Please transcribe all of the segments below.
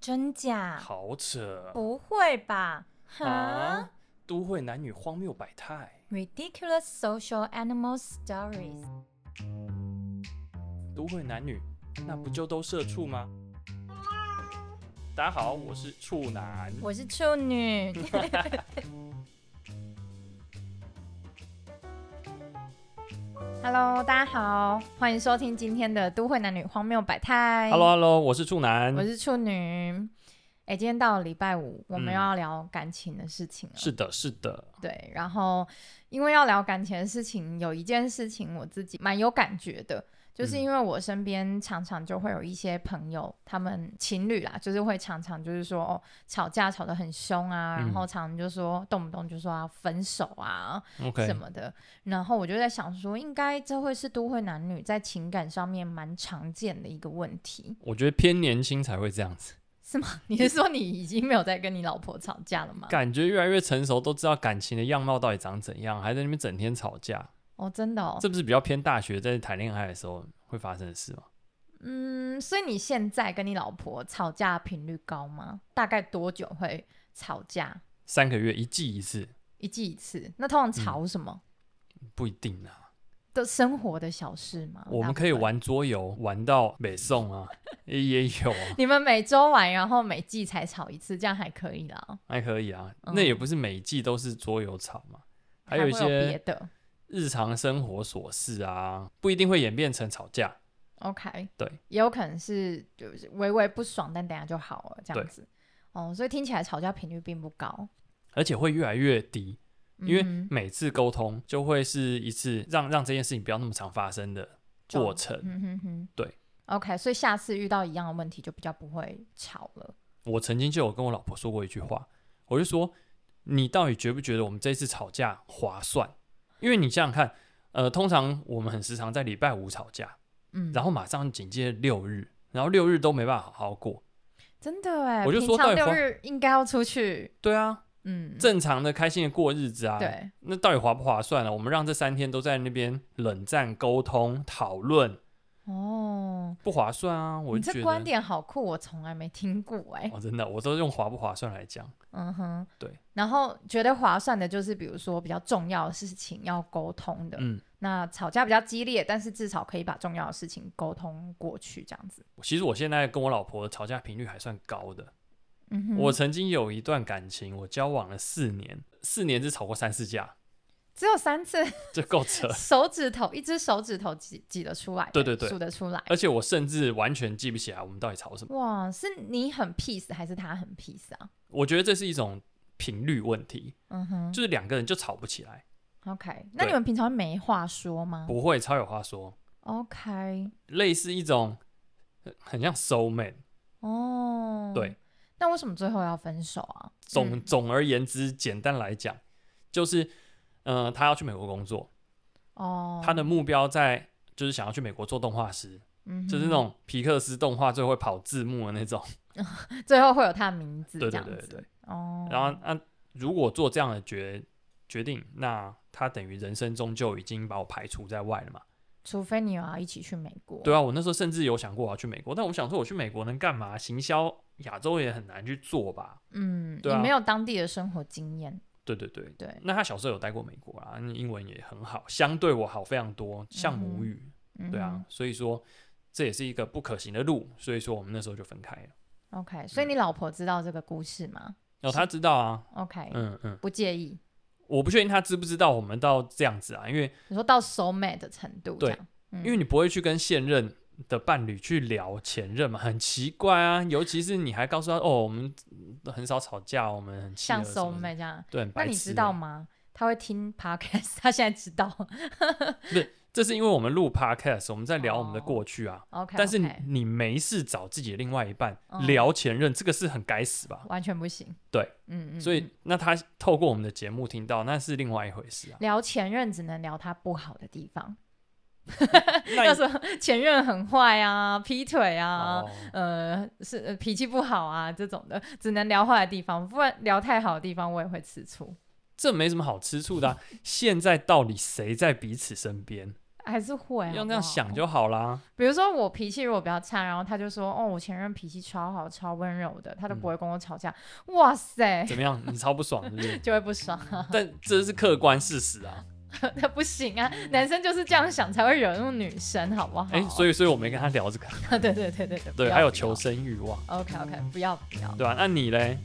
真假？好扯不会吧？哈、啊！都会男女荒谬百态， r i d i c u l o u s social animal stories。都会男女那不就都社畜吗？大家好，我是处男。我是处 女，Hello，大家好，欢迎收听今天的《都会男女荒谬百态》。 Hello Hello，我是处男我。是处女。哎、今天到了礼拜五，我们嗯又要聊感情的事情了。是的，是的，对，然后因为要聊感情的事情，有一件事情我自己蛮有感觉的，就是嗯因为我身边常常就会有一些朋友，他们情侣啦，就是会常常就是说哦吵架吵得很凶啊，然嗯后常常就说动不动就说要分手啊 OK，什么的，然后我就在想说，应该这会是都会男女在情感上面蛮常见的一个问题，我觉得偏年轻才会这样子，是吗？ 你是说你已经没有在跟你老婆吵架了吗？感觉越来越成熟，都知道感情的样貌到底长怎样，还在那边整天吵架，哦，真的哦，这不是比较偏大学在谈恋爱的时候会发生的事吗？嗯，所以你现在跟你老婆吵架频率高吗？大概多久会吵架？三个月一季一次，一季一次？那嗯通常吵什么？不一定啊。都生活的小事吗？哦我大们部可以分。玩桌游，玩到北宋啊，也也有啊。你们每周玩，然后每季才吵一次，这样还可以啦。还可以啊，嗯那也不是每一季都是桌游吵嘛，还有一会别些的。日常生活琐事啊，不一定会演变成吵架。 OK，对，也有可能是就是微微不爽，但等下就好了这样对子。哦，所以听起来吵架频率并不高，而且会越来越低，因为嗯哼每次沟通就会是一次让让这件事情不要那么常发生的过程。嗯哼哼，对。 OK，所以下次遇到一样的问题就比较不会吵了。我曾经就有跟我老婆说过一句话，我就说你到底觉不觉得我们这次吵架划算？因为你想想看，呃，通常我们很时常在礼拜五吵架，嗯，然后马上紧接着六日，然后六日都没办法好好过。真的哎，我就平说常到底六花日应该要出去，对啊，嗯，正常的开心的过日子啊。，对，那到底划不划算呢、啊我们让这三天都在那边冷战、沟通、讨论，哦，不划算啊！我你就这觉观得，点好酷，我从来没听过哎，哦，真的，我都用划不划算来讲。嗯哼，对，然后觉得划算的就是比如说比较重要的事情要沟通的，嗯，那吵架比较激烈，但是至少可以把重要的事情沟通过去，这样子，其实我现在跟我老婆吵架频率还算高的。嗯哼，我曾经有一段感情，我交往了四年，四年只吵过三次架， 只有三次。这够扯 手指头，一只手指头挤挤得出来，对对对数得出来。而且我甚至完全记不起来我们到底吵什么。哇，是你很 peace 还是他很 peace 啊？我觉得这是一种频率问题，嗯哼就是两个人就吵不起来， ，OK。那对你们平常没话说吗不会超有话说。 ？OK，类似一种呃很像 soul man，哦，对。那为什么最后要分手啊？总、嗯总而言之，简单来讲，就是呃，他要去美国工作，哦，他的目标在就是想要去美国做动画师，嗯哼就是那种皮克斯动画最会跑字幕的那种。最后会有他的名字，对这对样对对子对。哦，然后啊，如果做这样的决决定，那他等于人生终究已经把我排除在外了嘛？除非你有要一起去美国，对啊，我那时候甚至有想过我要去美国，但我想说我去美国能干嘛？行销亚洲也很难去做吧？嗯，对啊你没有当地的生活经验，对对对，对，那他小时候有待过美国啊，那英文也很好，相对我好非常多，像母语，嗯对啊，所以说这也是一个不可行的路，所以说我们那时候就分开了。哼，OK，所以你嗯老婆知道这个故事吗哦，他知道啊， ？OK，嗯嗯，不介意，我不确定他知不知道我们到这样子啊，因为你说到 soul mate 的程度，对这样，嗯因为你不会去跟现任的伴侣去聊前任嘛，很奇怪啊，尤其是你还告诉他哦，我们很少吵架，我们很契合像什 soul 么的， mate 这样，对，很那白你痴知欸道吗？他会听 podcast，他现在知道这是因为我们录 podcast，我们在聊我们的哦过去啊。 ，OK，但是 OK，你没事找自己的另外一半、嗯聊前任，这个是很该死吧？完全不行，对，嗯嗯，嗯所以那他透过我们的节目听到，那是另外一回事啊。聊前任只能聊他不好的地方。那要说前任很坏啊， 劈腿啊，哎哦，呃，是呃脾气不好啊这种的，只能聊坏的地方，不然聊太好的地方我也会吃醋。这没什么好吃醋的啊、现在到底谁在彼此身边？还是会要这样想。好不好就好啦。比如说我脾气如果比较差，然后他就说：“哦，我前任脾气超好、超温柔的，嗯他都不会跟我吵架。哇 塞，怎么样？你超不爽是 ？不是就会不爽 啊，但这是客观事实啊。那不行啊！男生就是这样想才会惹怒女生，好不好？嗯哎、所以所以我没跟他聊这个。以 对对对对对，对，还有求生欲望， OK OK，不要不要。对吧、那你嘞？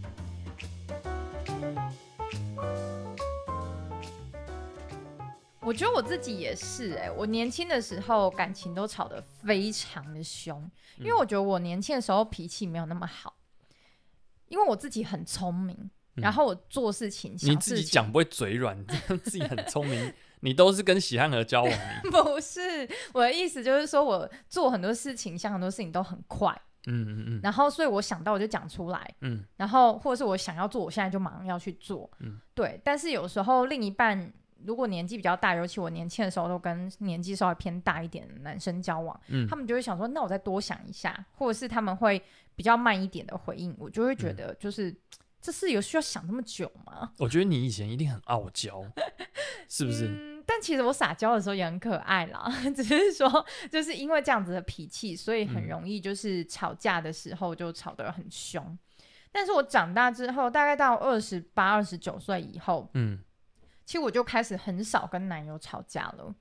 我觉得我自己也是哎、我年轻的时候感情都吵得非常的凶，因嗯为我觉得我年轻的时候脾气没有那么好，因为我自己很聪明，嗯然后我做事情、你想事自己情讲不会嘴软， 自己很聪明，你都是跟喜汉和交 往 的。不是我的意思，就是说我做很多事情，想很多事情都很快，嗯嗯嗯然后所以我想到我就讲出来，嗯，然后或者是我想要做，我现在就马上要去做。嗯对。但是有时候另一半如果年纪比较大，尤其我年轻的时候都跟年纪稍微偏大一点的男生交往，嗯他们就会想说，那我再多想一下，或者是他们会比较慢一点的回应，我就会嗯觉得就是。这是有需要想那么久吗？我觉得你以前一定很傲娇，是不是？嗯，但其实我撒娇的时候也很可爱啦， 只是说就是因为这样子的脾气，所以很嗯容易就是吵架的时候就吵得很凶。但是我长大之后，大概到二十八、二十九岁以后，嗯，其实我就开始很少跟男友吵架了。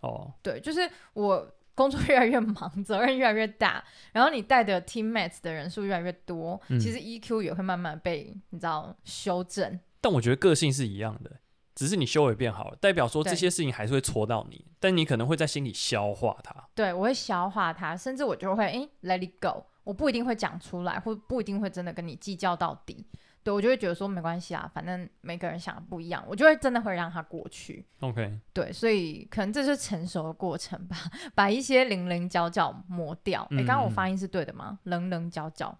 哦，对，就是我工作 越来越忙，责任越来越大，然后你带的 teammates 的人数越来越多，嗯其实 EQ 也会慢慢被你知道修正。但我觉得个性是一样的，只是你修为变好了，代表说这对些事情还是会戳到你，但你可能会在心里消化它。对，我会消化它，甚至我就会诶 let it go，我不一定会讲出来，或不一定会真的跟你计较到底。对我就会觉得说没关系啊，反正每个人想的不一样，我就会真的会让它过去。 OK，对，所以可能这是成熟的过程吧， 把一些棱棱角角磨掉。诶，嗯刚刚我嗯发音是对的吗？棱棱角角。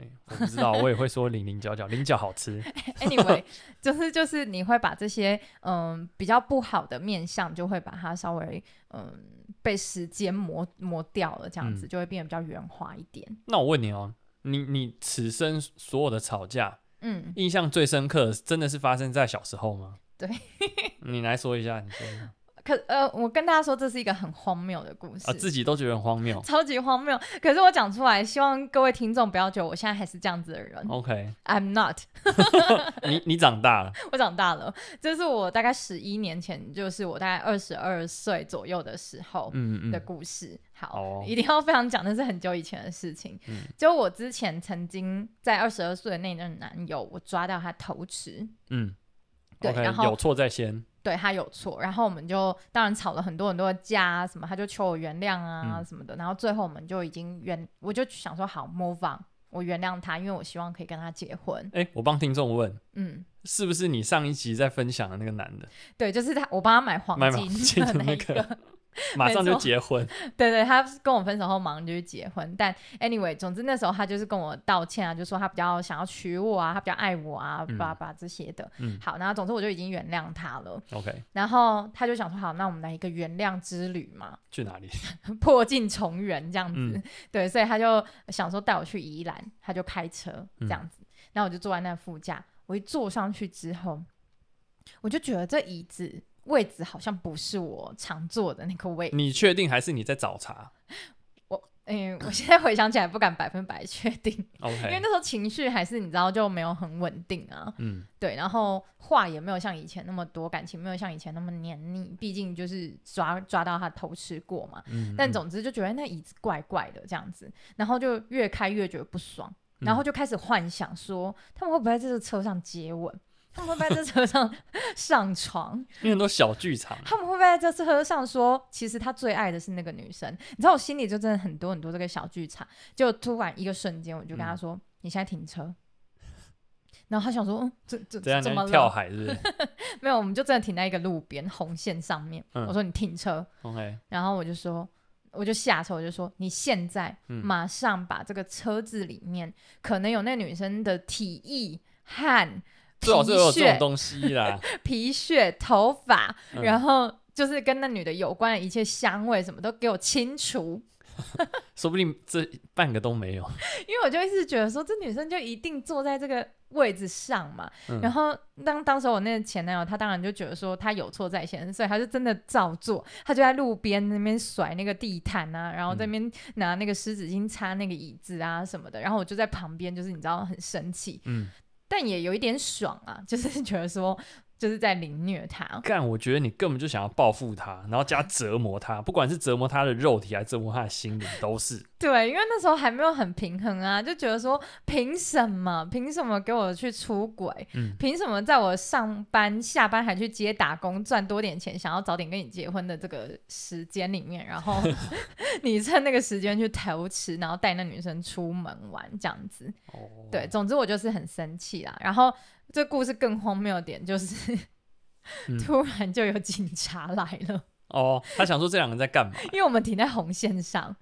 哎、我不知道，我也会说零零角角，菱角好吃。 Anyway，就是就是你会把这些嗯比较不好的面相，就会把它稍微嗯被时间磨磨掉了，这样子、嗯就会变得比较圆滑一点。那我问你哦，你你此生所有的吵架，嗯，印象最深刻的真的是发生在小时候吗？对， 你来说一下，你说一下可呃，我跟大家说，这是一个很荒谬的故事。。啊，自己都觉得很荒谬 超级荒谬，可是我讲出来，希望各位听众不要觉得我现在还是这样子的人。 OK， I'm not， 你你长大了，我长大了。这是我大概十一年前，就是我大概二十二岁左右的时候，嗯的嗯，故事。好，哦一定要非常讲，那是很久以前的事情。嗯就我之前曾经在二十二岁的那任男友，我抓到他偷吃，嗯对，OK，然后有错在先，对他有错，然后我们就当然吵了很多很多的架啊，什么他就求我原谅啊嗯什么的，然后最后我们就已经原，我就想说好 move on，我原谅他，因为我希望可以跟他结婚。哎、我帮听众问，嗯，是不是你上一集在分享的那个男的，对，就是他，我帮他买黄买金黄金的的那那一个个。 马上没就错结 婚？对对，他跟我分手后马上就去结婚，但 anyway，总之那时候他就是跟我道歉啊，就说他比较想要娶我啊，他比较爱我啊，嗯爸爸、这些的。嗯好，然后总之我就已经原谅他了， ，OK，然后他就想说，好，那我们来一个原谅之旅嘛，去哪里？ 破镜重圆这样子。嗯对，所以他就想说带我去宜兰，他就开车这嗯样子，然后我就坐在那副驾，我一坐上去之后，我就觉得这椅子位置好像不是我常坐的那个位置。你确定还是你在找茬嗯，我现在回想起来不敢百分百确定，因为？OK，那时候情绪还是你知道就没有很稳定啊，嗯对，然后话也没有像以前那么多，感情没有像以前那么黏腻，毕竟就是抓抓到他偷吃过嘛。嗯，但嗯总之就觉得哎那椅子怪怪的这样子，然后就越开越觉得不爽，然嗯后就开始幻想说他们会不会在这个车上接吻，他们会不会在这车上 上床，因为很多小 剧场，他们会不会在这次车上说，其实他最爱的是那个女生？你知道我心里就真的很多很多这个小剧场，就突然一个瞬间，我就跟嗯他说：“你现在停车。”然后他想说：“嗯，这这怎样怎你么在跳了？海是不是没有，我们就真的停在一个路边红线上面。嗯我说：“你停车。 ？OK，” 然后我就说。我就下车，我就说你现在嗯马上把这个车子里面、可能有那女生的体液、汗、皮最好是有这屑种东西啦。 皮屑、头发，嗯然后就是跟那女的有关的一切香味什么都给我清除。说不定这半个都没有。因为我就一直觉得说，这女生就一定坐在这个位置上嘛。嗯然后当当时我那个前男友，他当然就觉得说他有错在先，所以他就真的照做，他就在路边那边甩那个地毯啊，然后在那边拿那个湿纸巾擦那个椅子啊什么的。然后我就在旁边，就是你知道很生气，嗯，但也有一点爽啊，就是觉得说就是在凌虐他。干，我觉得你根本就想要报复他，然后加折磨他，不管是折磨他的肉体还是折磨他的心灵，都是。对，因为那时候还没有很平衡啊，就觉得说凭什么，凭什么给我去出轨？嗯，凭什么在我上班、下班还去接打工，赚多点钱，想要早点跟你结婚的这个时间里面，然后 你趁那个时间去偷吃，然后带那女生出门玩这样子？哦，对，，总之我就是很生气啦。然后这故事更荒谬的点就是。 嗯突然就有警察来了，哦，他想说这两个人在干嘛？因为我们停在红线上，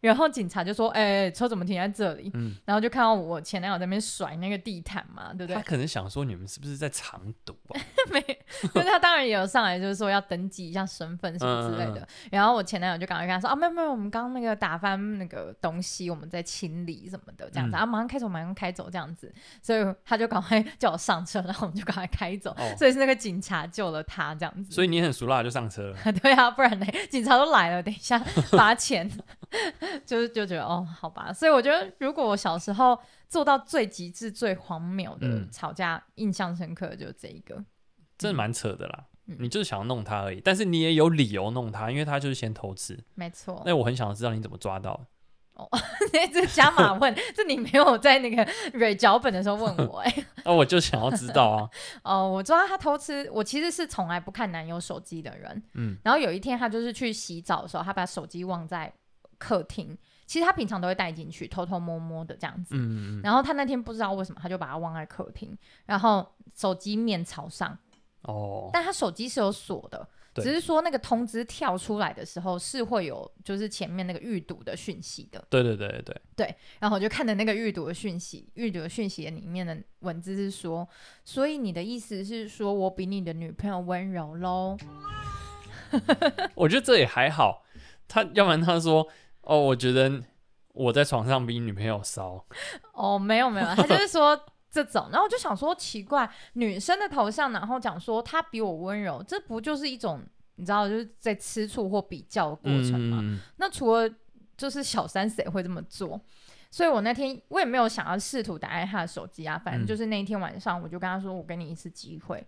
然后警察就说：“哎、车怎么停在这里嗯，？”然后就看到我前男友在那边甩那个地毯嘛， 对不对他？可能想说你们是不是在藏毒啊？ 没，就是他当然也有上来，就是说要登记一下身份什么之类的。嗯然后我前男友就赶快跟他说啊，没有没有，我们刚刚那个打翻那个东西，我们在清理什么的，这样子、嗯啊，马上开走，马上开走这样子。所以他就赶快 叫我上车，然后我们就赶快开走。哦 所以是那个警察救了他这样子。所以你很熟辣就上车了。 对啊，不然呢？警察都来了，等一下罚钱， 就是就觉得哦，好吧。所以我觉得，如果我小时候做到最极致、最荒谬的嗯吵架，印象深刻的就是这一个。真的蛮扯的啦。嗯你就是想弄他而已，但是你也有理由弄他，因为他就是先偷吃。没错，那我很想知道你怎么抓到的。 那这加码问，这你没有在那个蕊脚本的时候问我哎、那、我就想要知道啊。 哦，我知道他偷吃，我其实是从来不看男友手机的人。嗯，然后有一天他就是去洗澡的时候，他把手机忘在客厅。其实他平常都会带进去，偷偷摸摸的这样子。嗯嗯嗯。然后他那天不知道为什么，他就把它忘在客厅，然后手机面朝上，哦，但他手机是有锁的，对只是说那个通知跳出来的时候是会有就是前面那个预读的讯息的。对对对对对，然后我就看的那个预读的讯息，预读的讯息里面的文字是说，所以你的意思是说我比你的女朋友温柔喽？我觉得这也还好。他要不然他说哦，我觉得我在床上比你女朋友骚。哦，没有没有，他就是 说这种。然后我就想说，奇怪，女生的头像，然后讲说她比我温柔，这不就是一种你知道就是在吃醋或比较的过程吗？嗯嗯那除了就是小三，谁会这么做？所以我那天我也没有想要试图打开他的手机啊，反正嗯就是那一天晚上，我就跟他说，我给你一次机会。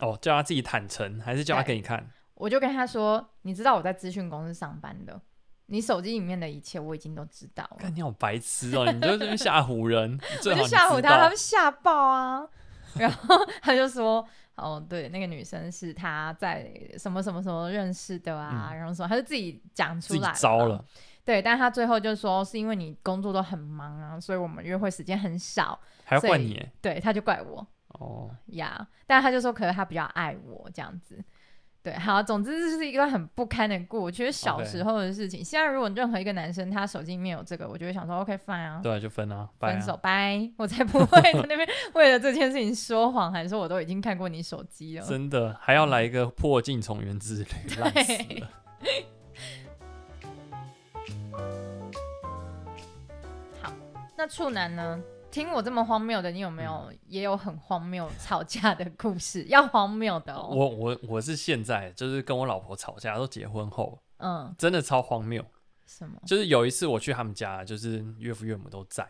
哦，叫他自己坦诚，还是哎叫他给你看？我就跟他说：“你知道我在资讯公司上班的，你手机里面的一切我已经都知道了。看你好白痴哦，你就在那边吓唬 人，”我最好就你吓唬知他，道他们吓爆啊！然后他就说：“哦，对，那个女生是他在什么什么什么认识的啊，然后说他就自己讲出嗯自己来招嘛了。对，但他最后就说是因为你工作都很忙啊，所以我们约会时间很少。还要所以怪你耶对，他就怪我哦。呀但他就说可能他比较爱我这样子。对，好，总之这是一个很不堪的过去，就是小 OK 时候的事情。现在如果任何一个男生他手机里面有这个，我就会想说 OK fine 啊。对啊，就分啊，拜啊分手拜，我才不会在那 边为了这件事情说谎，还说我都已经看过你手机了。真的嗯还要来一个破镜重圆之旅，烂死了。那处男呢？听我这么荒谬的，你有没有嗯也有很荒谬吵架的故事？要荒谬的哦。我我我是现在就是跟我老婆吵架，都结婚后，嗯，真的超荒谬。什么？就是有一次我去他们家，就是岳父岳母都在，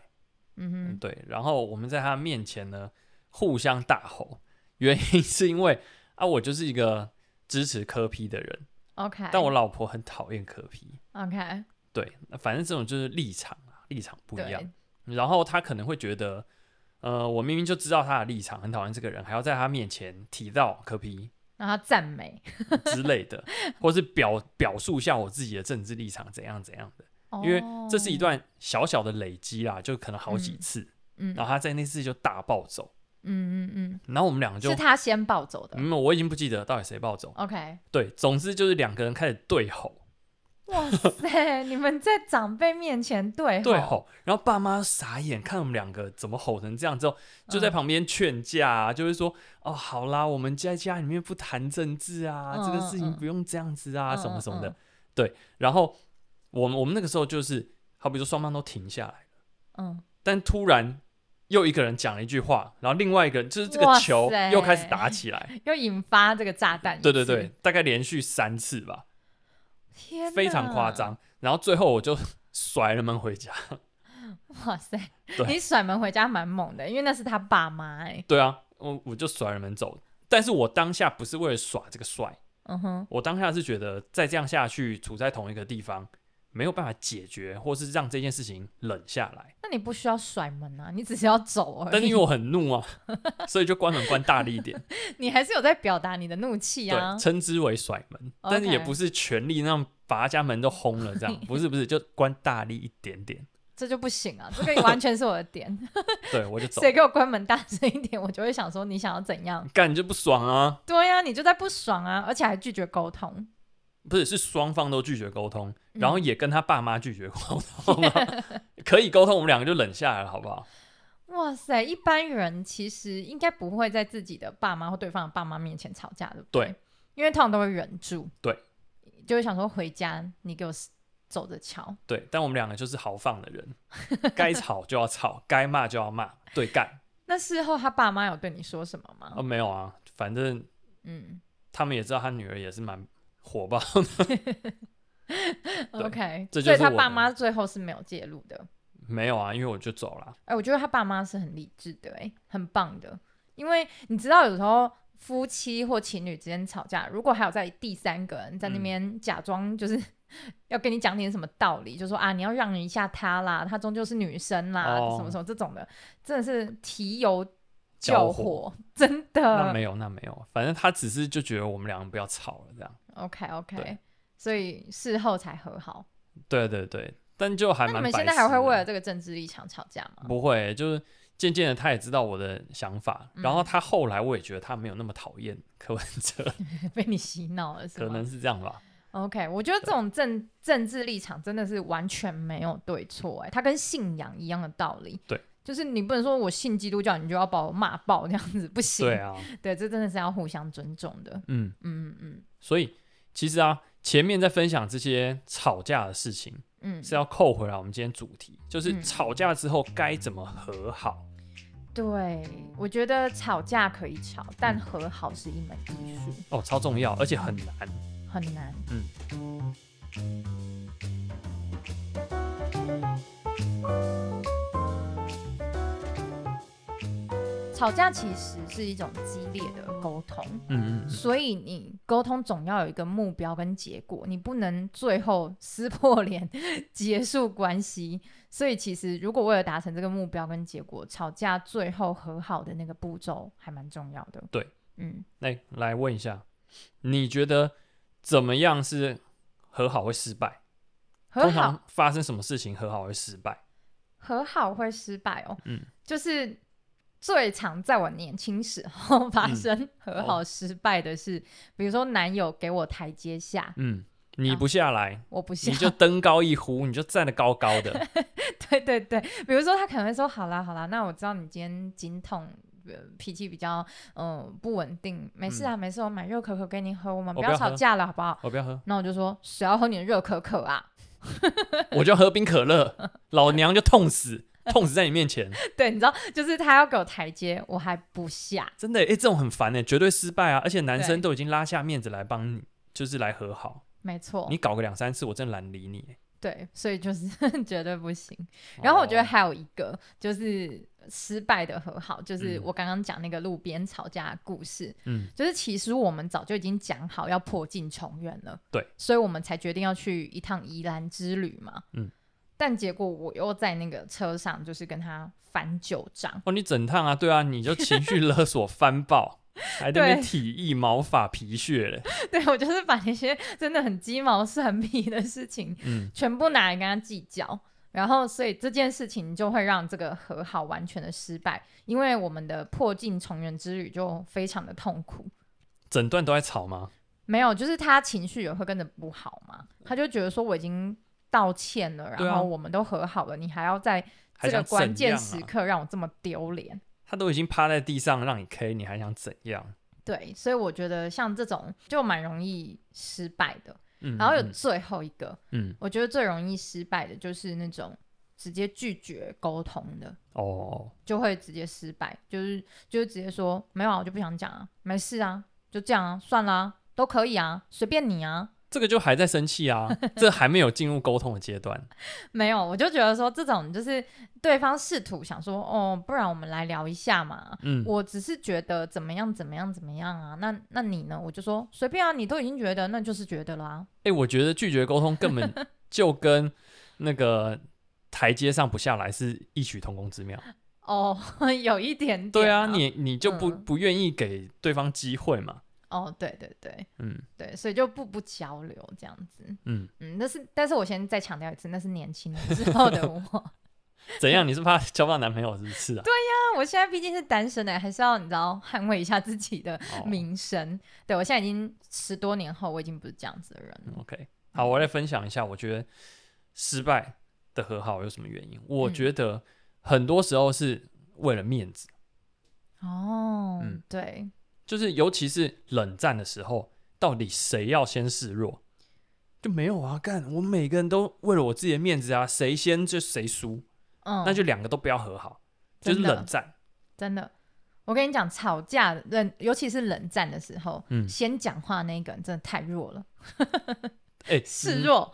嗯嗯对，然后我们在他面前呢互相大吼，原因是因为啊，我就是一个支持科批的人，哼，OK，但我老婆很讨厌科批， OK，对，那反正这种就是立场啊，立场不一样。对，然后他可能会觉得，呃，我明明就知道他的立场，很讨厌这个人，还要在他面前提到柯皮然后赞美，之类 的，或是表表述下我自己的政治立场怎样怎样的，哦因为这是一段，段小小的累积啦，就可能好几次，嗯然后他在那次就大暴走，嗯嗯嗯，。然后我们两个就是他先暴走的嗯，我已经不记得到底谁暴走。 ，OK。对，总之就是两个人开始对吼，哇塞，你们在长辈面前对对吼，然后爸妈傻眼，看我们两个怎么吼成这样之后，就在嗯旁边劝架、啊，就是说哦，好啦，我们在家里面不谈政治啊，这个事嗯啊情嗯不用这样子啊，什么什么的。嗯对，然后我们我们那个时候就是，好比说双方都停下来，嗯，但突然又一个人讲了一句话，然后另外一个人就是这个哇球塞又开始打 起来。嗯又引发这个炸弹。对对对，，大概连续三次吧，天哪，非常夸张。然后最后我就 甩了门回家。哇塞对，你甩门回家蛮猛的，因为那是他爸妈哎、对啊，我我就甩了门走。但是我当下不是为了耍这个帅，嗯哼，我当下是觉得再这样下去，处在同一个地方，没有办法解决，或是让这件事情冷下来。那你不需要甩门啊，你只是要走而但是已因。为我很怒啊， 所以就关门关大力一点，你还是有在表达你的怒气啊对，。称之为甩门，但是也 OK 不是全力让把家门都轰了 这样，不是不是，就关大力一点点，这就不行 啊，这个完全是我的点。对我就 走，谁给我关门大声一点，我就会想说你想要怎样？干你就不爽啊，对呀、你就在不爽啊，而且还拒绝沟通。不是是双方都拒绝沟通，嗯然后也跟他爸妈拒绝沟通、啊， 可以沟通，我们两个就冷下来了，好不好？哇塞，一般人其实应该不会在自己的爸妈或对方的爸妈面前吵架，对不对？对因为通常都会忍住。对，就会想说回家你给我走着瞧。对，但我们两个就是豪放的 人，该吵就要吵，该骂就要骂，对干那事后他爸妈有对你说什么吗？啊、没有啊，反正嗯他们也知道他女儿也是蛮火爆， ，OK，这就所是以他我爸们妈最后是没有介入的。没有啊，因为我就走了，哎、我觉得他爸妈是很理智的、哎，很棒的。因为你知道，有时候夫妻或情侣之间吵架，如果还有在第三个人在那嗯边假装就是、 要跟你讲点什么道理，就说啊，你要让一下她啦，她终究是女生啦，哦什么什么这种的，真的是提油交救火，真的那。没有，那没有，反正他只是就觉得我们两个不要吵了这样。 OK OK，对所以事后才和好。对对对，但就还那蛮你白痴们的。现在还会为了这个政治立场吵架吗？不会，就是渐渐的他也知道我的想法，嗯然后他后来我也觉得他没有那么讨厌柯文哲，被你洗脑了 是可吗？能是这样吧。 OK，我觉得这种政政治立场真的是完全没有对错，哎，它跟信仰一样的道理。对，就是你不能说我信基督教，你就要把我骂爆这样子，不行。对啊，对这真的是要互相尊重的。嗯，嗯嗯所以其实啊，前面在分享这些吵架的事情，嗯，是要啊扣回来我们今天主题，就是嗯吵架之后该怎么和好。对，我觉得吵架可以吵，但嗯和好是一门艺术，哦，超重要，而且很难。很难。嗯吵架其实是一种激烈的沟通，嗯嗯嗯，所以你沟通总要有一个目标跟结果，你不能最后撕破脸结束关系。所以其实如果为了达成这个目标跟结果，吵架最后和好的那个步骤还蛮重要的。对，嗯，来来问一下，你觉得怎么样是和好会失败？和通常好发生什么事情和好会失败？和好会失败哦，嗯，就是最常在我年轻时候发生和好失败的是，比如说男友给我台阶下，嗯，你不下来，我不想你就登高一呼，你就站得高高的。 对对对，比如说他可能会说：“好啦好啦，那我知道你今天经痛。”呃脾气比较嗯、呃不稳定，没事啊，没事，我买热可可给你喝，我们嗯我不不要要吵喝架了，好不好？我不要喝，那我就说谁要喝你的热可可啊？ 我就喝冰可乐，老娘就痛死，痛死在你面 前。对，你知道，就是他要给我台阶，我还不下。真的耶，哎、这种很烦哎，绝对失败啊！而且男生对都已经拉下面子来帮你，就是来和好。没错你，搞个两三次，我真的懒得理你耶。对，所以就是 绝对不行。然后我觉得哦，还有一个就是失败的和好，就是嗯我刚刚讲那个路边吵架的故事，嗯，就是其实我们早就已经讲好要破镜重圆了，对，所以我们才决定要去一趟宜兰之旅嘛，嗯，但结果我又在那个车上就是跟他翻旧账， 哦，你整趟啊，对啊，你就情绪勒索翻爆，还在那边对体意毛发皮屑嘞。对我就是把那些真的很鸡毛蒜皮的事情嗯，全部拿来跟他计较。然后，所以这件事情就会让这个和好完全的失败，因为我们的破镜重圆之旅就非常的痛苦。整段都在吵吗？没有，就是他情绪也会跟着不好嘛，他就觉得说我已经道歉了，嗯对啊然后我们都和好了，你还要在还这想个关怎键样时啊？刻让我这么丢脸。他都已经趴在地上让你 K，你还想怎样？对，所以我觉得像这种就蛮容易失败的。嗯，然后有嗯最后一个，嗯我觉得最容易失败的就是那种直接拒绝沟通的，哦，就会直接失败，就是就是直接说没有啊，我就不想讲啊，没事啊，就这样啊，算啦、都可以啊，随便你啊。这个就还在生气啊，这还没有进入沟通的阶段。没有，我就觉得说这种就是对方试图想说哦，不然我们来聊一下嘛。嗯，我只是觉得怎么样怎么样怎么样啊，那那你呢？我就说随便啊，你都已经觉得，那就是觉得啦、哎、我觉得拒绝沟通 根本就跟那个台阶上不下来是异曲同工之妙。哦， 有一点点、对啊，你你就不、嗯不愿意给对方机会嘛？哦，对对对嗯对，所以就不不交流这样子。嗯，嗯，那是，但是我先再强调一次，那是年轻之后的我。怎样？你是怕交不到男朋友是不是啊？对，那 我现在毕竟是单身的，还是要你知道捍卫一下自己的哦名声。对我现在已经十多年后，我已经不是这样子的人了。嗯 OK，好，我来分享一下，我觉得失败的和好有什么原因？我嗯觉得很多时候是为了面子，哦，嗯对，就是尤其是冷战的时候，到底谁要先示弱？就没有啊，干！我每个人都为了我自己的面子啊，谁先就谁输，嗯，那就两个都不要和好，就是真的啊冷战。真的。我跟你讲，吵架冷，尤其是冷战的时候，嗯先讲话那个人真的太弱了，哎、示嗯弱。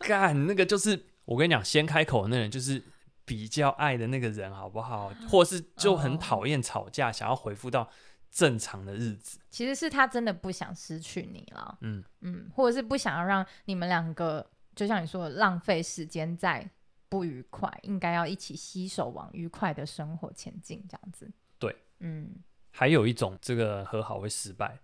干，那个就是我跟你讲，先开口的那人就是比较爱的那个人，好不好？或是就很哦讨厌吵架，想要回复到正常的日子。其实是他真的不想失去你了，嗯嗯，或者是不想要让你们两个，就像你说的，浪费时间在不愉快，应该要一起携手往愉快的生活前进，这样子。对，嗯，还有一种这个和好会失败，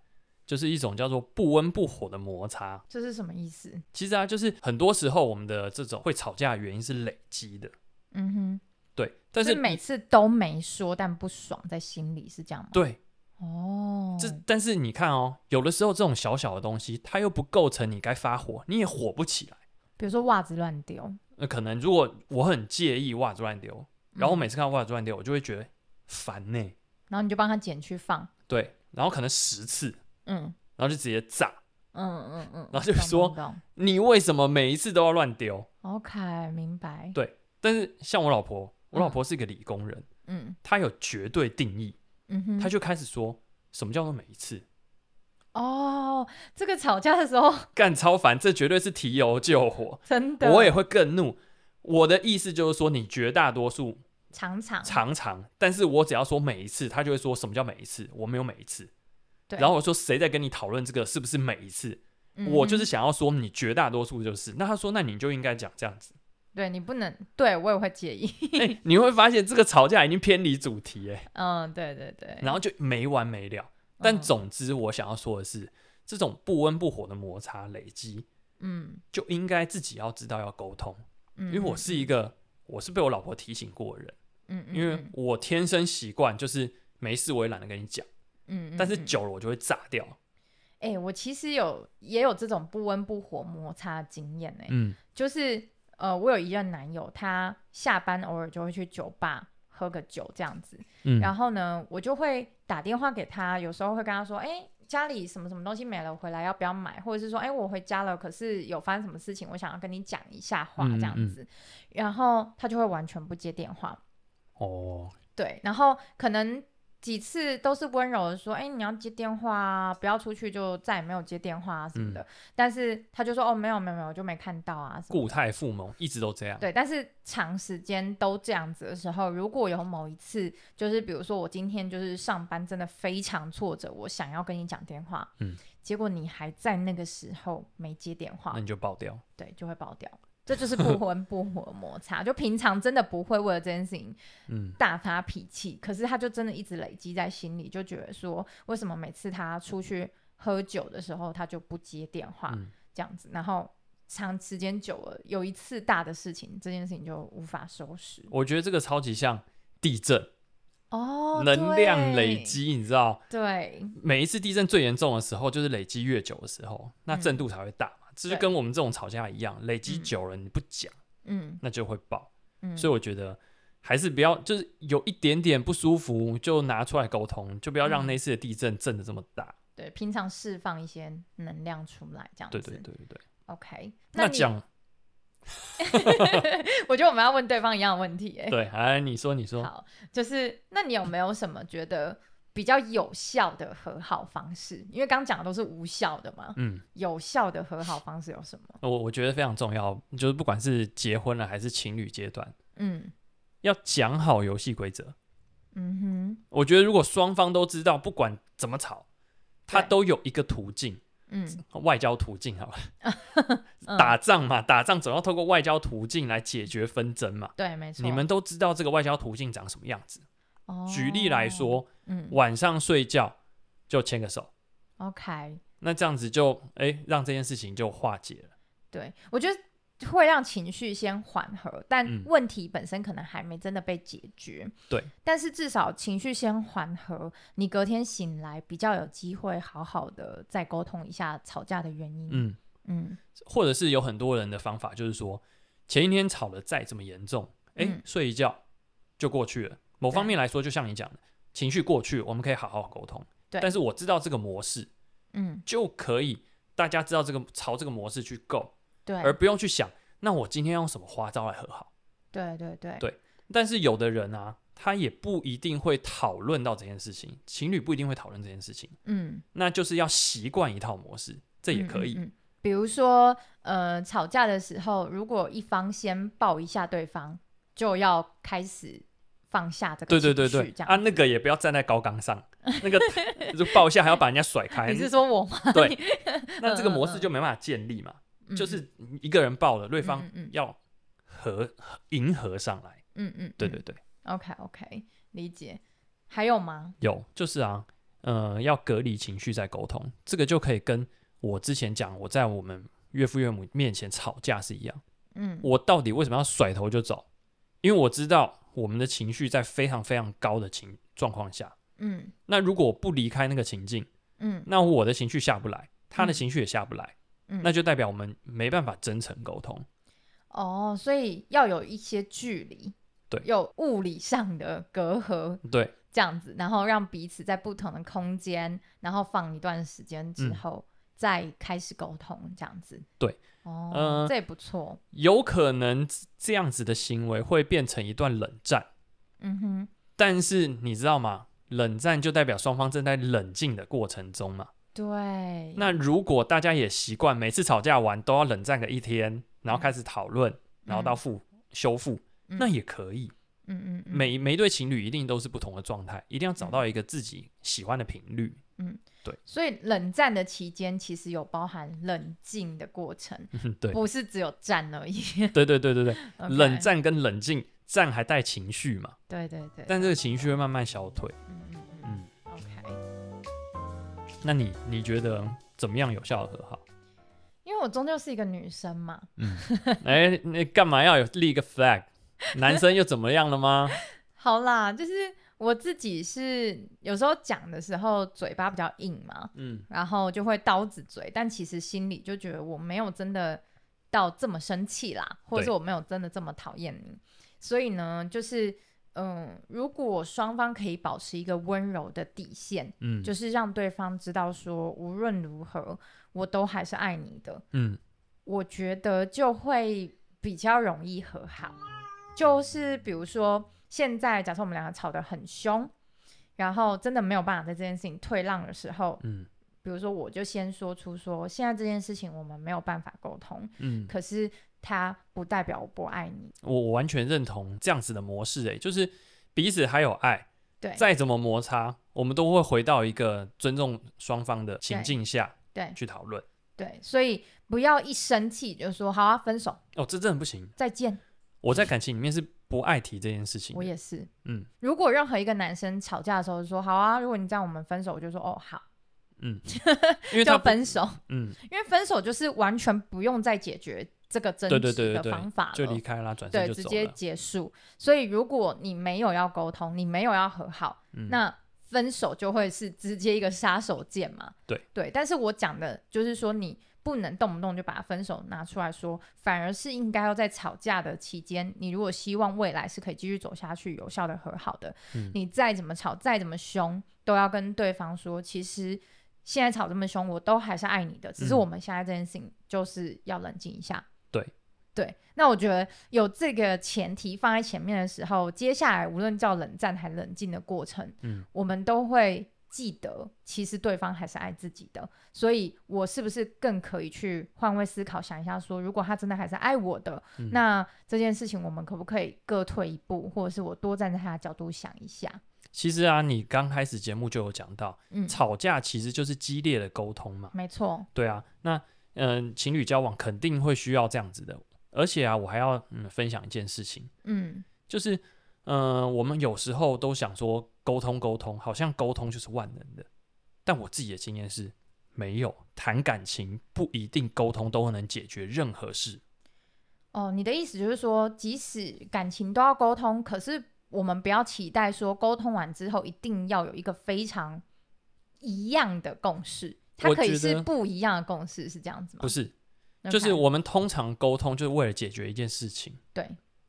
就是一种叫做不温不火的摩擦。这是什么意思？其实啊，就是很多时候我们的这种会吵架的原因是累积的，嗯哼，对。但就是每次都没说，但不爽在心里是这样吗？，对，哦，这但是你看哦，有的时候这种小小的东西，它又不构成你该发火，你也火不起啊来。比如说袜子乱丢，那可能如果我很介意袜子乱丢，然后我嗯每次看到袜子乱丢，我就会觉得烦呢、然后你就帮他捡去放，对，然后可能十次，嗯然后就直接炸。嗯嗯嗯，然后就懂说懂懂你为什么每一次都要乱丢？ ，OK，明白，对，但是像我老婆，我老嗯婆是一个理工人，嗯她有绝对定义，嗯哼，她就开始说什么叫做每一次， 哦，这个吵架的时候干超烦，这绝对是提油救火，真的，我也会更怒。我的意思就是说，你绝大多数常常常常，但是我只要说每一次，她就会说什么叫每一次，我没有每一次。对，然后我说谁在跟你讨论这个是不是每一次？我就是嗯想要说你绝大多数就是。那他说那你就应该讲 这样子。哼对你不能，对我也会介意， 哎、你会发现这个吵架已经偏离主题哎，嗯，对对对，然后就没完没了。但嗯总之我想要说的是，这种不温不火的摩擦累积，嗯就应该自己要知道要沟通。嗯，因为我是一个我是被我老婆提醒过的人，嗯，嗯，因为嗯我天生习惯就是没事我也懒得跟你讲，嗯，嗯但是嗯久了我就会炸掉。哎、我其实有也有这种不温不火摩擦的经验呢、欸嗯就是呃，我有一任男友，他下班偶尔就会去酒吧喝个酒这样子，嗯然后呢，我就会打电话给他，有时候会跟他说，哎、家里什么什么东西没了，回来要不要买？或者是说，哎、我回家了，可是有发生什么事情，我想要跟你讲一下话嗯这样嗯子，然后他就会完全不接电话，哦，对，然后可能几次都是温柔的说，哎、你要接电话啊，不要出去，就再也没有接电话啊什嗯么的。但是他就说，哦，没有没有没有，我就没看到啊什么固的。态附萌一直都这样。对，但是长时间都这样子的时候，如果有某一次，就是比如说我今天就是上班真的非常挫折，我想要跟你讲电话，嗯，结果你还在那个时候没接电话那，你就爆掉。对，就会爆掉。这就是不温不火的摩擦，就平常真的不会为了这件事情嗯大发脾气，可是他就真的一直累积在心里，就觉得说，为什么每次他出去喝酒的时候，他就不接电话、嗯这样子，然后长时间久了，有一次大的事情，这件事情就无法收拾。我觉得这个超级像地震，哦，能量累对，积，你知道，对，每一次地震最严重的时候就是累积越久的时候，那嗯震度才会大嘛。这就对跟我们这种吵架一样，累积嗯久了你不讲，嗯那就会爆。嗯，所以我觉得还是不要，就是有一点点不舒服就拿出来沟通，就不要嗯让那次的地震震的这么大。对，平常释放一些能量出来，这样子，对对对对对， OK，那你，讲 我觉得我们要问对方一样的问题、哎，对，哎，你说你说，好，就是那你有没有什么觉得比较有效的和好方式？因为刚讲的都是无效的嘛，嗯，有效的和好方式有什么？我我觉得非常重要，就是不管是结婚了还是情侣阶段，嗯要讲好游戏规则。嗯哼，我觉得如果双方都知道，不管怎么吵，他对都有一个途径，嗯，外交途径好了， 嗯打仗嘛，打仗总要透过外交途径来解决纷争嘛。对，没错。你们都知道这个外交途径长什么样子。哦举例来，说，嗯晚上睡觉就牵个手， ，OK，那这样子就哎、让这件事情就化解了。对我觉得会让情绪先缓和，但嗯问题本身可能还没真的被解决。对，但是至少情绪先缓和，你隔天醒来比较有机会好好的再沟通一下吵架的原因。嗯，嗯或者是有很多人的方法就是说，前一天吵得再怎么严重，哎、嗯睡一觉就过去了。某方面来说，就像你讲的，情绪过去，我们可以好好沟通。对但是我知道这个模式嗯，就可以，大家知道这个朝这个模式去够，对，而不用去想，那我今天用什么花招来和好。对对对，对但是有的人啊，他也不一定会讨论到这件事情，情侣不一定会讨论这件事情，嗯，那就是要习惯一套模式，这也嗯可以。嗯嗯比如说，呃，吵架的时候，如果一方先抱一下对方，就要开始放下这个对情对绪，对对这，样啊，那个也不要站在高岗上，那个就抱一下还要把人家甩 开，你是说我吗？对，那这个嗯嗯模式嗯就没办法建立嘛，嗯就是一个人抱了，对方嗯嗯要和迎合上来，嗯嗯嗯，对对对， ，OK OK，理解。还有吗？有就是啊，呃，要隔离情绪再沟通，这个就可以跟我之前讲我在我们岳父岳母面前吵架是一样，嗯我到底为什么要甩头就走？因为我知道我们的情绪在非常非常高的情状况下，嗯那如果我不离开那个情境。嗯那我的情绪下不来，他的嗯情绪也下不来，嗯，那就代表我们没办法真诚沟通。哦，所以要有一些距离，对有物理上的隔阂，对，这样子，然后让彼此在不同的空间，然后放一段时间之嗯后、再开始沟通，这样子。对，哦，呃这也不错。有可能这样子的行为会变成一段冷战，嗯哼，但是你知道吗？冷战就代表双方正在冷静的过程中嘛。对。那如果大家也习惯每次吵架完都要冷战个一天，然后开始讨论，然后到复修复，嗯那也可以。嗯嗯嗯，每每一对情侣一定都是不同的状态，一定要找到一个自己喜欢的频率。 所以冷战的期间其实有包含冷静的过程，对，不是只有战而 已。对对对对对。 OK 冷，战跟冷静，战还带情绪嘛，对对对。但这个情绪会慢慢消退。嗯嗯嗯嗯， ，OK。那你你觉得怎么样有效的和好？ 因为我终究是一个女生嘛，哎、那干嘛要有立一个 flag？男生又怎么样 了吗？好啦，就是我自己是有时候讲的时候嘴巴比较硬嘛，嗯，然后就会刀子嘴，但其实心里就觉得我没有真的到这么生气啦，或者是对我没有真的这么讨厌你。所以呢，就是嗯，如果双方可以保持一个温柔的底线，嗯，就是让对方知道说无论如何我都还是爱你的，嗯，我觉得就会比较容易和好。就是比如说，现在假设我们两个吵得很凶，然后真的没有办法在这件事情退让的时候，嗯，比如说，我就先说出说，现在这件事情我们没有办法沟通，嗯，可是它不代表我不爱你。我我完全认同这样子的模式、哎，就是彼此还有爱，对再怎么摩擦，我们都会回到一个尊重双方的情境下对去讨论。对，所以不要一生气就说好啊，分手，哦，这真的不行，再见。我在感情里面是不爱提这件事情嗯的。我也是，嗯如果任何一个男生吵架的时候说好啊，如果你这样我们分手，我就说哦好，嗯，因为他就不分手，嗯，因为分手就是完全不用再解决这个争对对执对的对对方法了。就离开啦，转身对，就直走接了。结束。所以如果你没有要沟通，你没有要和好，嗯那分手就会是直接一个杀手锏嘛。对对，但是我讲的就是说，你不能动不动就把分手拿出来说，反而是应该要在吵架的期间，你如果希望未来是可以继续走下去、有效的和好的，嗯你再怎么吵、再怎么凶，都要跟对方说，其实。现在吵这么凶，我都还是爱你的，只是嗯我们现在这件事情就是要冷静一下。对对，那我觉得有这个前提放在前面的时候，接下来无论叫冷战还冷静的过程，嗯，我们都会记得，其实对方还是爱自己的，所以我是不是更可以去换位思考，想一下说，如果他真的还是爱我的，嗯那这件事情我们可不可以各退一步，或者是我多站在他的角度想一下？其实啊，你刚开始节目就有讲到，嗯，吵架其实就是激烈的沟通嘛。没错，对啊，那嗯、情侣交往肯定会需要这样子的。而且啊，我还要嗯分享一件事情，嗯就是嗯、呃我们有时候都想说沟通沟通，好像沟通就是万能的，但我自己的经验是，没有谈感情不一定沟通都能解决任何事。哦，你的意思就是说，即使感情都要沟通，可是我们不要期待说沟通完之后一定要有一个非常一样的共识，它我可以觉是得不一样的共识，是这样子吗？不是， OK，就是我们通常沟通就是为了解决一件事情，对，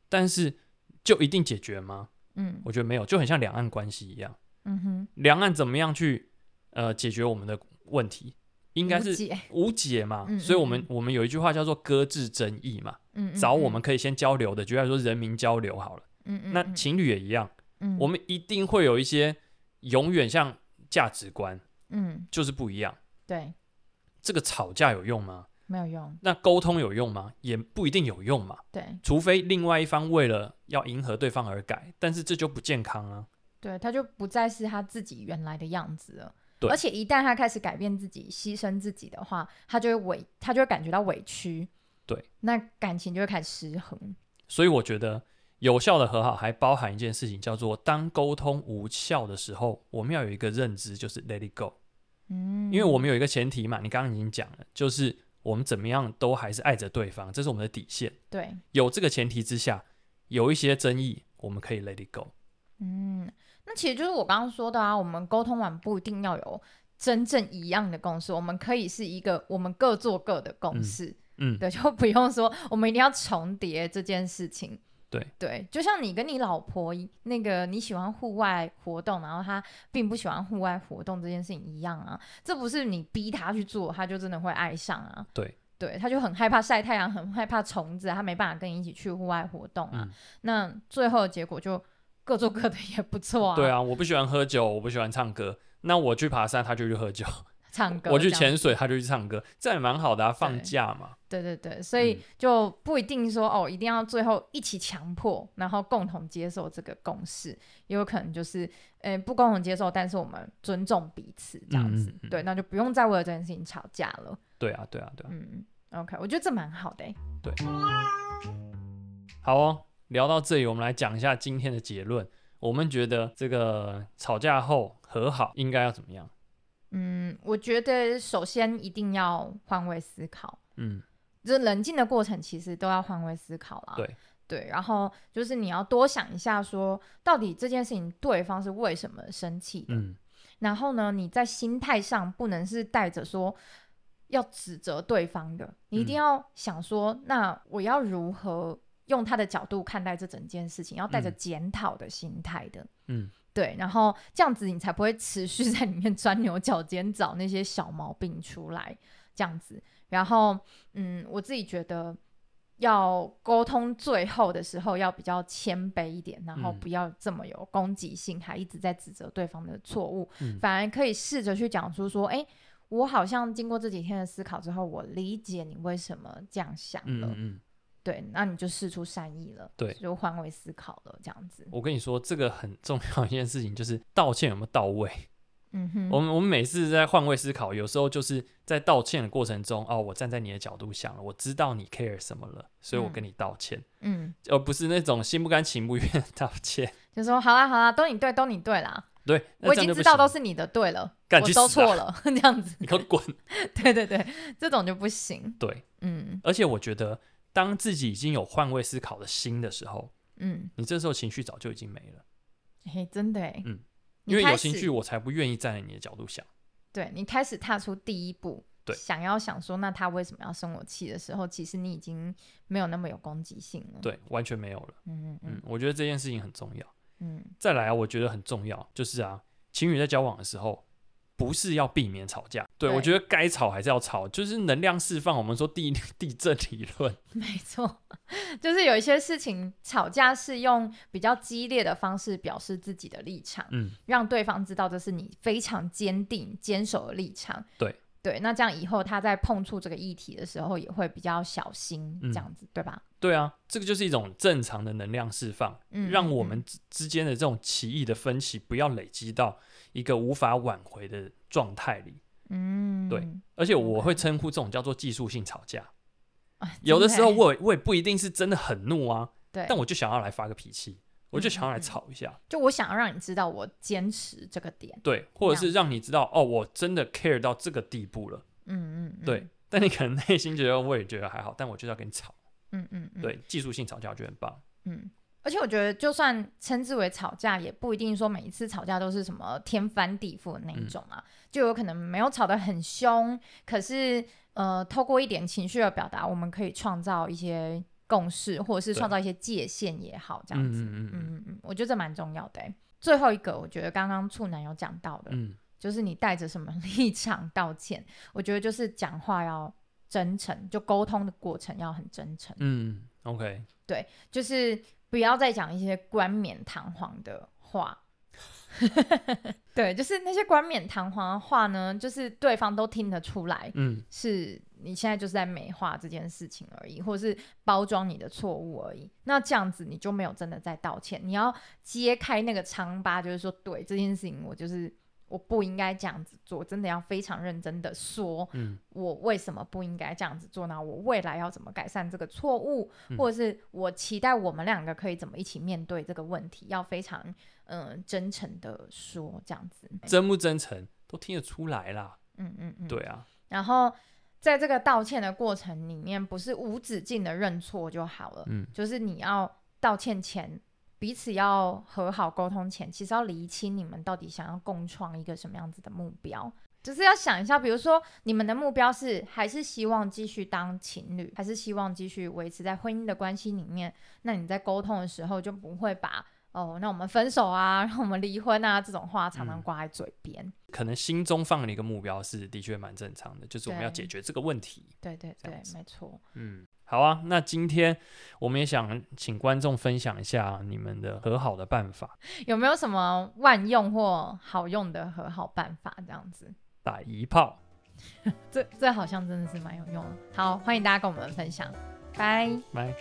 但是就一定解决吗？嗯我觉得没有，就很像两岸关系一样，嗯哼，两岸怎么样去呃解决我们的问题，应该无是解无解嘛。嗯所以我们嗯我们有一句话叫做搁置争议嘛，嗯嗯找我嗯们可以先交流的，就像说人民交流好了。嗯嗯，那嗯情侣也一样，嗯我们一定会有一些永远像价值观嗯就是不一样。对这个吵架有用吗？没有用，那沟通有用吗？也不一定有用嘛。对除非另外一方为了要迎合对方而改，但是这就不健康啊。对，他就不再是他自己原来的样子了。对而且一旦他开始改变自己、牺牲自己的话，他就会委，他就会感觉到委屈。对，那感情就会开始失衡。所以我觉得有效的和好还包含一件事情，叫做当沟通无效的时候，我们要有一个认知，就是 let it go。嗯，因为我们有一个前提嘛，你刚刚已经讲了，就是我们怎么样都还是爱着对方，这是我们的底线。对，有这个前提之下，有一些争议，我们可以 let it go。嗯，那其实就是我刚刚说的啊，我们沟通完不一定要有真正一样的共识，我们可以是一个我们各做各的共嗯识。嗯，对， 就不用说我们一定要重叠这件事情。对对，就像你跟你老婆一那个你喜欢户外活动，然后她并不喜欢户外活动这件事情一样啊，这不是你逼她去做，她就真的会爱上啊。对。对，她就很害怕晒太阳，很害怕虫子啊，她没办法跟你一起去户外活动啊。嗯那最后的结果就各做各的也不错啊。对，啊，我不喜欢喝酒，我不喜欢唱歌。那我去爬山，他就去喝酒；唱歌我去这样潜水，他就去唱歌。这也蛮好的啊，放对假嘛。对对对，所以嗯就不一定说、哦，一定要最后一起强迫，然后共同接受这个共识，也有可能就是，呃，不共同接受，但是我们尊重彼此这样子，嗯嗯嗯对，那就不用再为了这件事情吵架了。对啊，对啊，对啊。嗯，OK，我觉得这蛮好的欸、好哦，聊到这里，我们来讲一下今天的结论。我们觉得这个吵架后和好应该要怎么样？嗯，我觉得首先一定要换位思考，嗯，这冷静的过程其实都要换位思考啦。对对，然后就是你要多想一下说到底这件事情对方是为什么生气的。嗯，然后呢，你在心态上不能是带着说要指责对方的，你一定嗯要想说，那我要如何用他的角度看待这整件事情，要带着嗯检讨的心态的。嗯，对，然后这样子你才不会持续在里面钻牛角尖，找那些小毛病出来，这样子。然后，嗯，我自己觉得要沟通最后的时候要比较谦卑一点，然后嗯不要这么有攻击性，还一直在指责对方的错误，嗯反而可以试着去讲出说，哎、我好像经过这几天的思考之后，我理解你为什么这样想嗯了。嗯嗯，对，那你就试出善意了，对就换位思考了，这样子。我跟你说，这个很重要一件事情就是道歉有没有到位。嗯哼，我们我们每次在换位思考，有时候就是在道歉的过程中，哦，我站在你的角度想了，我知道你 care 什么了，所以我嗯跟你道歉，嗯。而不是那种心不甘情不愿的道歉。就说好啦好啦，都你对，都你对啦，对，那我已这经样就不知道行都是你的对了，干我去都死啊错了， 这样子你，给我滚。对对对，这种就不行，对，嗯而且我觉得，当自己已经有换位思考的心的时候，嗯，你这时候情绪早就已经没了，嘿，真的哎，嗯你因为开有情始绪，我才不愿意站在你的角度想。对你开始踏出第一步，对想要想说那他为什么要生我气的时候，其实你已经没有那么有攻击性了，，对，完全没有了。嗯嗯嗯，我觉得这件事情很重要。嗯 再来啊，我觉得很重要，就是啊，情侣在交往的时候，不是要避免吵架，对，我对觉得该吵还是要吵，就是能量释放。我们说地 地震理论，没错， 就是有一些事情吵架是用比较激烈的方式表示自己的立场，嗯，让对方知道这是你非常坚定坚守的立场。对对，那这样以后他在碰触这个议题的时候也会比较小心，嗯这样子、对吧？对啊，这个就是一种正常的能量释放，嗯，让我嗯们之之间的这种歧义的分歧不要累积到一个无法挽回的状态里。嗯，对而且我会 OK 称呼这种叫做技术性吵架。啊有的时候真耶我也我也不一定是真的很怒啊，对，但我就想要来发个脾气，我就想要来吵一下。就我想要让你知道我坚持这个点，对，或者是让你知道哦，我真的 care 到这个地步了，嗯嗯，嗯对。，但你可能内心觉得我也觉得还好，但我就是要跟你吵，嗯嗯嗯，对，技术性吵架我觉得很棒，嗯，而且我觉得，就算称之为吵架，也不一定说每一次吵架都是什么天翻地覆的那一种啊，嗯就有可能没有吵得很凶，可是呃，透过一点情绪的表达，我们可以创造一些共识，或者是对创造一些界限也好，这这样子。嗯嗯嗯嗯嗯嗯，我觉得这蛮重要的欸、最后一个，我觉得刚刚处男有讲到的，嗯就是你带着什么立场道歉，我觉得就是讲话要真诚，就沟通的过程要很真诚。嗯嗯，OK，就是不要再讲一些冠冕堂皇的话。 对，就是那些冠冕堂皇的话呢，就是对方都听得出来，嗯是你现在就是在美化这件事情而已，或者是包装你的错误而已。那这样子你就没有真的在道歉，你要揭开那个疮疤，就是说，对这件事情，我就是我不应该这样子做，真的要非常认真的说，嗯我为什么不应该这样子做呢？我未来要怎么改善这个错误，嗯或者是我期待我们两个可以怎么一起面对这个问题？要非常嗯、呃真诚的说这样子，真不真诚都听得出来啦，嗯嗯嗯，嗯对。啊，然后在这个道歉的过程里面，不是无止境的认错就好了，嗯就是你要道歉前。彼此要和好沟通前，其实要厘清你们到底想要共创一个什么样子的目标，就是要想一下，比如说你们的目标是还是希望继续当情侣，还是希望继续维持在婚姻的关系里面，那你在沟通的时候就不会把哦，那我们分手啊，让我们离婚啊这种话常常嗯挂在嘴边。可能心中放了一个目标是的确蛮正常的，就是我们要对解决这个问题，对对这对样，子没错。嗯，好啊，那今天我们也想请观众分享一下你们的和好的办法，有没有什么万用或好用的和好办法？这样子，打一炮，这这好像真的是蛮有用的。好，欢迎大家跟我们分享，拜。来。